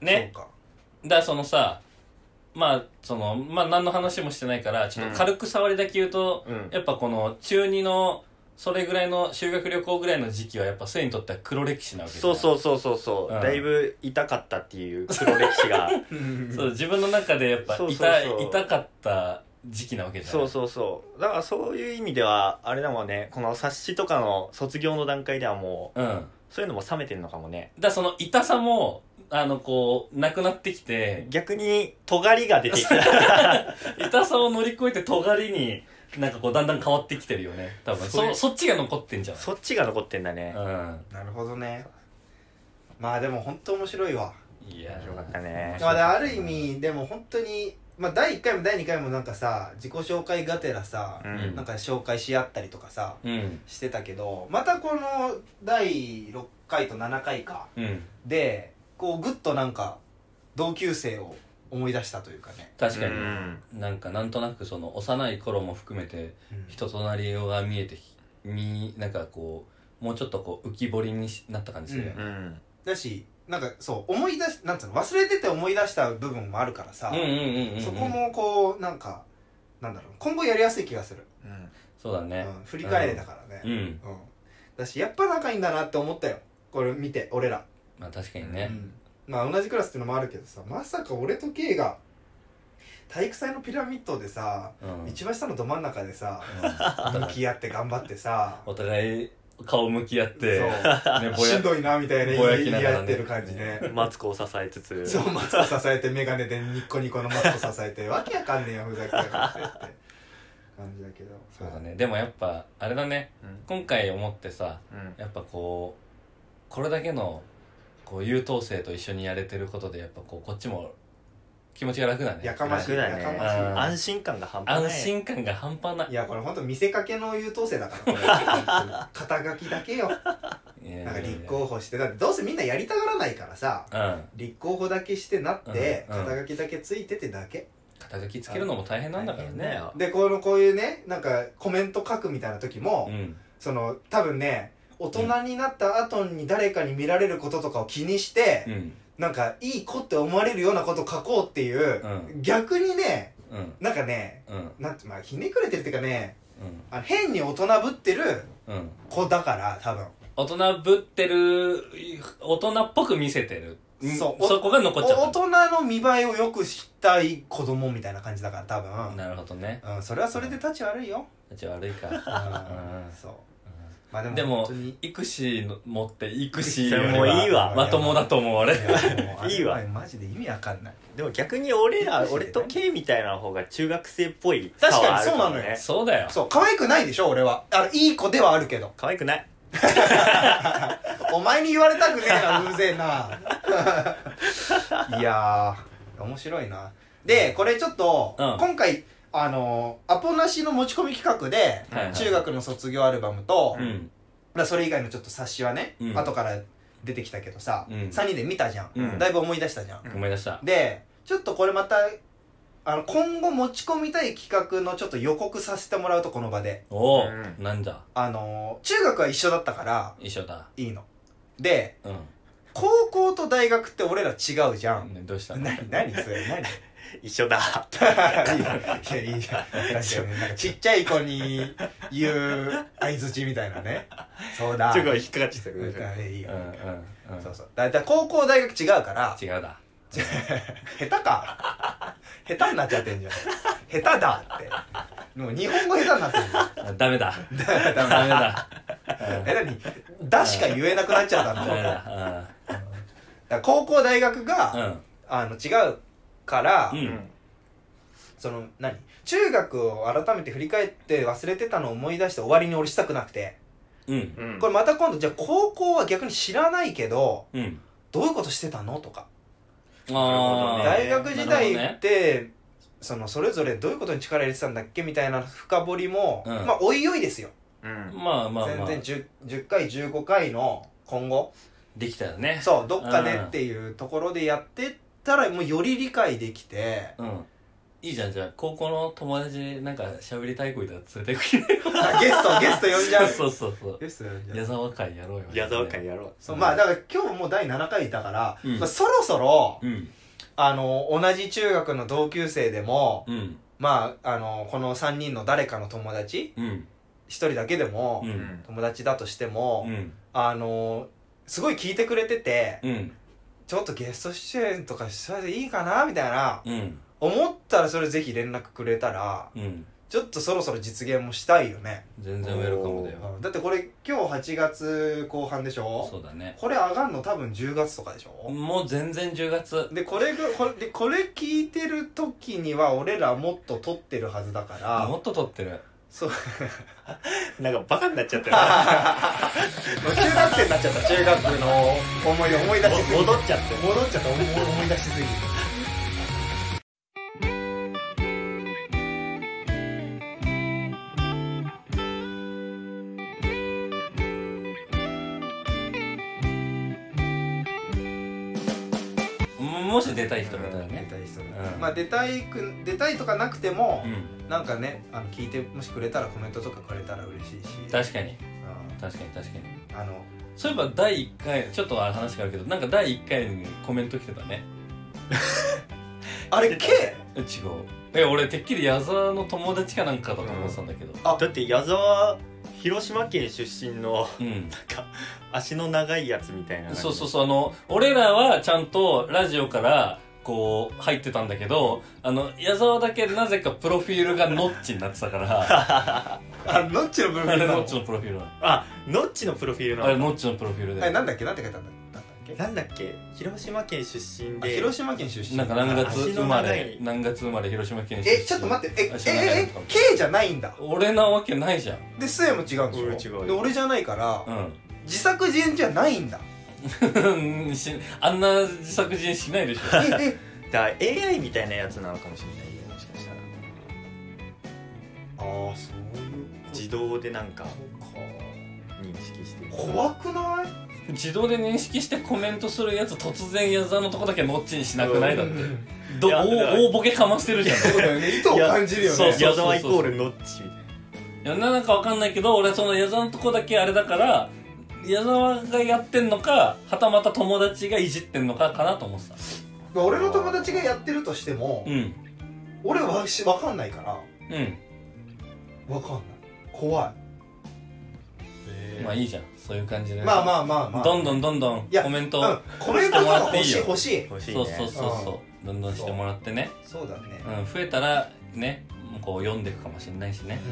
S1: ね
S2: そうか
S1: だからそのさまあそのまあ何の話もしてないからちょっと軽く触りだけ言うと、
S3: うん
S1: やっぱこの中二のそれぐらいの修学旅行ぐらいの時期はやっぱ生にとっては黒歴史なわけじゃ
S3: そ
S1: ないう
S3: そうそうそうそう、
S1: うん
S3: だいぶ痛かったっていう黒歴史が
S1: そう自分の中でやっぱ
S3: そう
S1: 痛
S3: そうそう
S1: い痛かった時期なわけじゃない
S3: そうそうそうだからそういう意味ではあれだもんねこの冊子とかの卒業の段階ではもう
S1: うんだか
S3: そういうのも冷めてんのかもね
S1: らその痛さもあのこうなくなってきて
S3: 逆に尖りが出てきた
S1: 痛さを乗り越えて尖りになんかこうだんだん変わってきてるよね多分
S3: そうい
S1: そうそっちが残ってんじゃない
S3: そっちが残ってんだね、
S1: う
S2: なるほどねまあでも本当面白いわ
S1: んいや
S3: 面白かったね
S2: まあである意味でも本当にまあ第1回も第2回もなんかさ自己紹介がてらさ
S3: う、
S1: ん
S2: なんか紹介し合ったりとかさ
S1: うん
S2: してたけどまたこの第6回と7回か
S1: うん
S2: でこうグッとなんか同級生を思い出したというかね、
S1: 確か
S3: う
S1: に
S3: ん
S1: なんかなんとなくその幼い頃も含めて人となりようが見えてきみなんかこうもうちょっとこう浮き彫りになった感じするよ
S3: う
S1: ね
S3: ん
S2: だしなんかそう思い出しなんつうの忘れてて思い出した部分もあるからさ、
S1: うんうんうんうんうん
S2: そこもこうなんかなんだろう今後やりやすい気がする、
S3: うん
S1: そうだね
S2: うん、振り返れだから
S1: う
S2: ね、
S1: ん
S2: うんだしやっぱ仲いいんだなって思ったよこれ見て俺ら、
S1: まあ確かに
S2: う
S1: ね
S2: ん、まあ同じクラスっていうのもあるけどさまさか俺と K が体育祭のピラミッドでさ、
S1: うん
S2: 一番下のど真ん中でさ
S1: うん
S2: 向き合って頑張ってさ
S1: お互い顔向き合っ
S2: そう
S1: てねぼ
S2: し
S1: や
S2: んどいなみたいな
S1: ぼや
S2: 言
S1: き
S2: い
S1: ながら
S2: 合
S1: ね
S2: ってる感じね
S3: マツコを支えつつ
S2: そう、マツコ支えて、メガネでニッコニコのマツコ支えて、わけわかんねえよ、ふざけやがってって感じだけど。
S1: そうだねでもやっぱあれだね
S3: うん
S1: 今回思ってさ
S3: うん
S1: やっぱこうこれだけのこう優等生と一緒にやれてることでやっぱこうこっちも気持ちが楽だ
S2: や
S1: ね
S2: かましい。
S3: 楽
S2: や
S3: だね
S2: か
S1: う
S2: ま
S1: ん
S3: 安心感が半端ない
S1: 安心感が半端ない
S2: しい。いや、これほんと見せかけの優等生だから、こ れ。肩書きだけよ。なんか立候補して、だってどうせみんなやりたがらないからさ、
S1: うん
S2: 立候補だけしてなって、
S1: うんうん
S2: 肩書きだけついててだけ。
S1: 肩書きつけるのも大変なんだから
S3: 大変だ
S1: ね
S3: よ
S2: で、この、こういうね、なんかコメント書くみたいな時も、
S1: うん
S2: その、多分ね、大人になった後に誰かに見られることとかを気にして、
S1: うん
S2: なんか、いい子って思われるようなこと書こうっていう、
S1: う
S2: 逆にね、
S1: うん
S2: なんかね、
S1: うん
S2: なんて、まあ、ひねくれてるっていうかね、
S1: うん
S2: あの変に大人ぶってる
S1: うん
S2: 子だから、多分。
S1: 大人ぶってる大人っぽく見せてる
S2: そう
S1: そこが残っちゃ
S2: 大
S1: った
S2: 人の見栄えを良くしたい子供みたいな感じだから多分、
S1: なるほどね
S2: うん、それはそれで立ち悪いよ、
S1: じゃあ悪いか
S2: うん、そうまあでも
S1: でも
S2: 本当に
S1: イクシーの持ってイクシ
S3: いや
S1: ー
S3: もういいわ
S1: まともだと思う俺
S2: い
S3: いいわ
S2: マジで意味わかんない
S3: でも逆に俺
S2: い
S3: ら
S2: いですね
S3: 俺と K みたいな方が中学生っぽい差
S2: 確かに
S3: はあるから
S2: そうなのよ
S1: そうだよ
S2: そう可愛くないでしょ俺はあのいい子ではあるけど
S3: 可愛くない
S2: お前に言われたくねえな うぜえないやー面白いなでこれちょっと、
S1: うん
S2: 今回あのアポなしの持ち込み企画で、
S1: はいはい
S2: 中学の卒業アルバムと、
S1: うん
S2: まあそれ以外のちょっと冊子はね、
S1: うん
S2: 後から出てきたけどさ、
S1: うん
S2: 3人で見たじゃん、
S1: うん
S2: だいぶ思い出したじゃん、
S1: 思い出した
S2: でちょっとこれまたあの今後持ち込みたい企画のちょっと予告させてもらうとこの場で
S1: おお
S3: うん
S1: なんだ
S2: あの中学は一緒だったから
S1: 一緒だ
S2: いいので
S1: う
S2: 高校と大学って俺ら違うじゃん
S1: んねどうしたの
S2: 何何それ 何
S3: 一緒だ
S2: いやいやいやなんかちっちゃい子に言う相槌みたいなねそうだ
S3: ちょっと引っかかっちゃったけ
S2: う
S3: ど
S2: ん
S3: ね
S2: いい
S1: うん
S2: よ
S1: うんうん
S2: そうそうだいたい高校大学違うから
S1: 違うだ
S2: 下手か 下手になっちゃってんじゃん下手だってもう日本語下手になってんじゃん
S1: あダメだダ
S2: ダ
S1: メ
S2: メ
S1: だ
S2: え何だしか言えなくなっちゃったんだ
S1: ダ
S2: もん
S1: メ
S2: だか
S1: だ
S2: ら高校大学が、
S1: うん
S2: あの違うから、
S1: うんう
S3: うんん
S2: その何中学を改めて振り返って忘れてたのを思い出して終わりに俺したくなくて
S1: うん
S3: うん
S2: これまた今度じゃあ高校は逆に知らないけど
S1: うん
S2: どういうことしてたのとか
S1: ああ
S3: な
S2: 大
S3: る
S2: 学時代って、そのそれぞれどういうことに力入れてたんだっけみたいな深掘りも、
S1: うん
S2: まあおいおいですよ
S3: うん
S1: まあまあま
S2: 全
S1: あ
S2: 然 10, 10回15回の今後
S1: できたよね
S2: そうどっかで
S1: うん
S2: っていうところでやってったらもうより理解でき て
S1: うんいいじゃんじゃあ高校の友達なんか喋りたい子いたら連れてくれ
S2: あゲストゲスト呼んじゃう
S1: そうそうそう
S2: ゲスト呼んじゃう
S1: 矢沢会やろうよ
S3: 矢沢会やろう
S2: そうまあだから今日もう第7回だから、
S1: うん
S2: まあ、そろそろ
S1: うん
S2: あの同じ中学の同級生でも、
S1: うん
S2: まああのこの3人の誰かの友達
S1: うん
S2: 1人だけでも、
S1: う
S3: うんん
S2: 友達だとしても、
S1: うん
S2: あのすごい聞いてくれてて、
S1: うん
S2: ちょっとゲスト出演とかしたらいいかなみたいな
S1: うん
S2: 思ったらそれぜひ連絡くれたら
S1: うん
S2: ちょっとそろそろ実現もしたいよね、
S1: 全然ウェルカムだよ
S2: うんだってこれ今日8月後半でし
S1: そ
S2: ょ
S1: うだね
S2: これ上がんの多分10月とかでしょ、
S1: もう全然10月
S2: でこれがこれでこれ聞いてる時には俺らもっと撮ってるはずだから
S1: もっと撮ってる
S2: そう
S3: なんかバカになっちゃったよ
S2: 中学生になっちゃった中学の思い出思い出しすぎ
S3: も戻っちゃってる
S2: 戻っちゃった思い思い出しすぎる
S1: もし出たい人がいたら
S2: 出
S1: ね
S2: たい人
S1: うん
S2: まあ出たいく出たいとかなくても
S1: う、ん
S2: なんかねあの聞いてもしくれたらコメントとかくれたら嬉しいし
S1: 確かに
S2: う
S1: 確かに確かに
S2: んあの
S1: そういえば第1回ちょっと話があるけどなんか第1回にコメント来てたね
S2: あれ K
S1: 違うえ俺てっきり矢沢の友達かなんかだと思ってたんだけど
S3: だって矢沢広島県出身の
S1: うん
S3: なんか足の長いやつみたいな
S1: そうそう
S3: そ
S1: そうあの俺らはちゃんとラジオからこう入ってたんだけどあの矢沢だけなぜかプロフィールがノッチになってたから
S2: あのノッチの部
S1: あ
S2: 分
S1: れ
S2: な
S1: ノッ
S2: の
S1: チのプロフィールな
S3: あノッチのプロフィール
S1: のあれ
S3: なの
S1: ノッチのプロフィール
S2: あれ
S1: で
S2: なんだっけなんて書いたんだなんだっけ
S3: なんだっけ広島県出身
S2: あ
S3: で
S2: 広島県出身
S1: なんか何月
S3: 足
S1: 生
S3: の
S1: ま
S3: 長い
S1: れ何月生まれ広島県出身
S2: えちょっと待ってえ
S1: あ知らない
S2: ええ
S1: のかも
S2: K じゃないんだ
S1: 俺なわけないじゃん
S2: で末も違うんでしょ
S3: 俺違うよ
S2: で俺じゃないから、
S1: う
S2: 自作自演じゃな いんだ
S1: ん しあんな自作人しないでしょ
S2: ええ
S3: だから AI みたいなやつなのかもしれないよもしかしたら
S2: ああそういう
S3: 自動でなんか
S2: こ
S3: 認識してる
S2: とか怖くない
S1: 自動で認識してコメントするやつ突然矢沢のとこだけノッチにしなくないだって
S2: うん
S1: ど
S3: いやだから
S1: 大大ボケかましてるじゃん
S2: そうだよね意図を感じるよね
S1: いやそう
S3: 矢沢イコールノッチみたいない
S1: やなんかわかんないけど俺その矢沢のとこだけあれだから矢沢がやってんのかはたまた友達がいじってんのかかなと思ってた
S2: 俺の友達がやってるとしても、
S1: うん
S2: 俺はし分かんないから
S1: うん
S2: 分かんない怖い
S1: うんまあいいじゃんそういう感じで
S2: まあまあまあまあ
S1: どんどんどんどん
S2: いや
S1: コメント
S2: うん
S1: を
S2: コメント
S1: してもら
S2: が
S1: っていい
S2: 欲しい
S1: よ
S2: 欲しい
S3: 欲しいね
S1: そうそうそうそうどんどんしてもらってね
S2: そうだね
S1: うん増えたらねこう読んでいくかもしれないしね
S2: う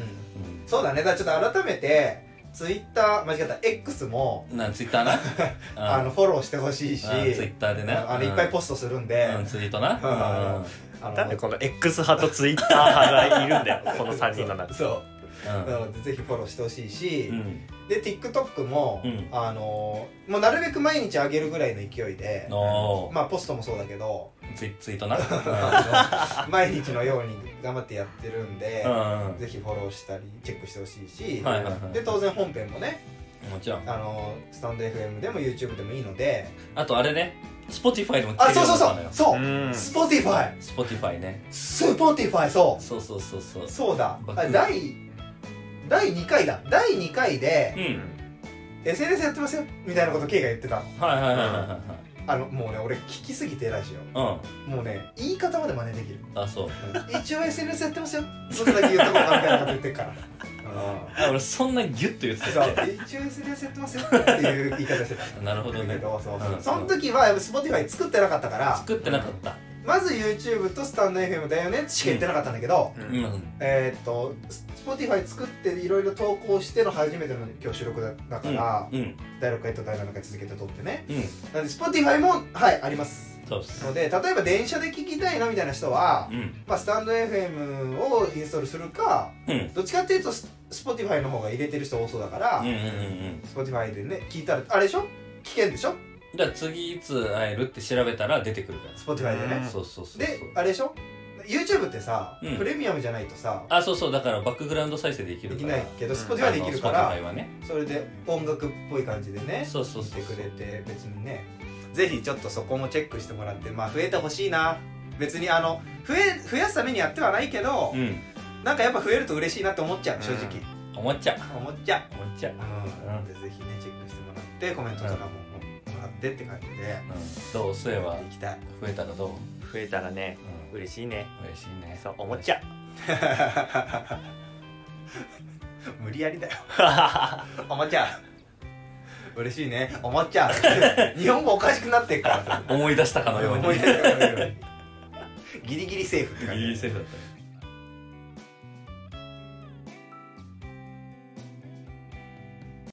S2: ん
S1: う
S2: そうだねだからちょっと改めてツイッター間違った X も
S1: んなツイッ ターな
S2: あ
S1: うん
S2: のフォローしてほしいし
S1: ツイッターでね
S2: あのいっぱいポストするんで
S1: うんツイートな
S2: うんあの
S3: なんでこの X 派と Twitter 派がいるん だよこの3人の中で
S2: そう
S1: うん
S2: なのでぜひフォローしてほしいし、
S1: うん
S2: で TikTok も、
S1: うん
S2: あのーもうなるべく毎日上げるぐらいの勢いで、
S1: おー
S2: まあポストもそうだけど、
S1: ツイツイートな
S2: あの毎日のように頑張ってやってるんで
S1: う、んうん
S2: ぜひフォローしたりチェックしてほしいし、
S1: はいはいはい
S2: で当然本編もね、
S1: もちろん
S2: あのースタンド FM でも YouTube でもいいので
S1: あとあれね Spotify でも
S2: あ
S1: 聞けるよ
S2: そう
S1: うになった
S2: そうそ
S1: の
S2: う
S1: よ
S2: そう、
S3: うん
S2: Spotify
S1: Spotify ね
S2: Spotify そ
S1: そうそうそうそう
S2: うそうだ
S1: バック
S2: あ第第2回だ第2回で、
S1: うん、
S2: SNS やってますよみたいなこと K が言ってたの
S1: はいはいはいはいはい
S2: あのもうね俺聞きすぎてラジ
S1: はい
S2: オもうね言い方まで真似できる
S1: うんあそう
S2: うん一応 SNS やってますよそれだけ言ったことあるみたいなこと言ってるから
S1: あ俺そんなギュッと言ってたっ
S2: そう一応 SNS やってますよっていう言い方してた
S1: けなるほど
S2: だけ
S1: ね
S2: どそう
S1: うん
S2: その時はやっぱ Spotify 作ってなかったから
S1: 作ってなかった
S2: まず YouTube とスタンド FM だよねしか言ってなかったんだけど、
S3: う
S1: うんん
S2: えーっと Spotify 作っていろいろ投稿しての初めての今日収録だだから、
S1: うん
S2: 第6回と第7回続けて撮ってね
S1: うん
S2: なので Spotify もはいあります
S1: そうっす
S2: ので例えば電車で聞きたいなみたいな人は、
S1: うん
S2: まあ、スタンド FM をインストールするか
S1: うん
S2: どっちかっていうとス Spotify の方が入れてる人多そうだから、
S1: うんうんうんうん
S2: スポ Spotify でね聞いたらあれでしょ聞けんでしょ
S1: じゃあ次いつ会えるって調べたら出てくるか
S2: Spotify で
S1: ら
S2: ね、
S1: そうそうそうそう
S2: であれでしょ YouTube ってさ、
S1: うん
S2: プレミアムじゃないとさ
S1: あそうそうだからバックグラウンド再生でき
S2: で
S1: る
S2: き
S1: から
S2: ないけど
S3: うん
S2: Spotify できるから、
S1: あの Spotify はね
S2: それで音楽っぽい感じでね
S1: そうそう
S2: し
S1: そ
S2: て
S1: う
S2: くれて別にねぜひちょっとそこもチェックしてもらってまあ増えてほしいな別にあの増え増やすためにやってはないけど、
S1: うん
S2: なんかやっぱ増えると嬉しいなって思っちゃう、
S3: うん
S2: 正直
S1: 思っちゃう
S2: 思っちゃ
S1: 思っちゃう
S2: う、うんでぜひねチェックしてもらってコメントとかももらってって感じで
S1: うんどうすれ
S2: やっ
S1: ば
S2: ていきたい
S1: 増えたらどう
S3: 増えたらね
S1: うん
S3: 嬉しいね
S1: 嬉しいね
S3: そう思っちゃう
S2: 無理や りだよおもちゃ嬉しいねおもちゃ日本語おかしくな ってるから
S1: 思い出したかのよう
S2: 思い
S1: に
S2: 出したかのようにギリギリセーフって感じ
S1: いいセーフだったよ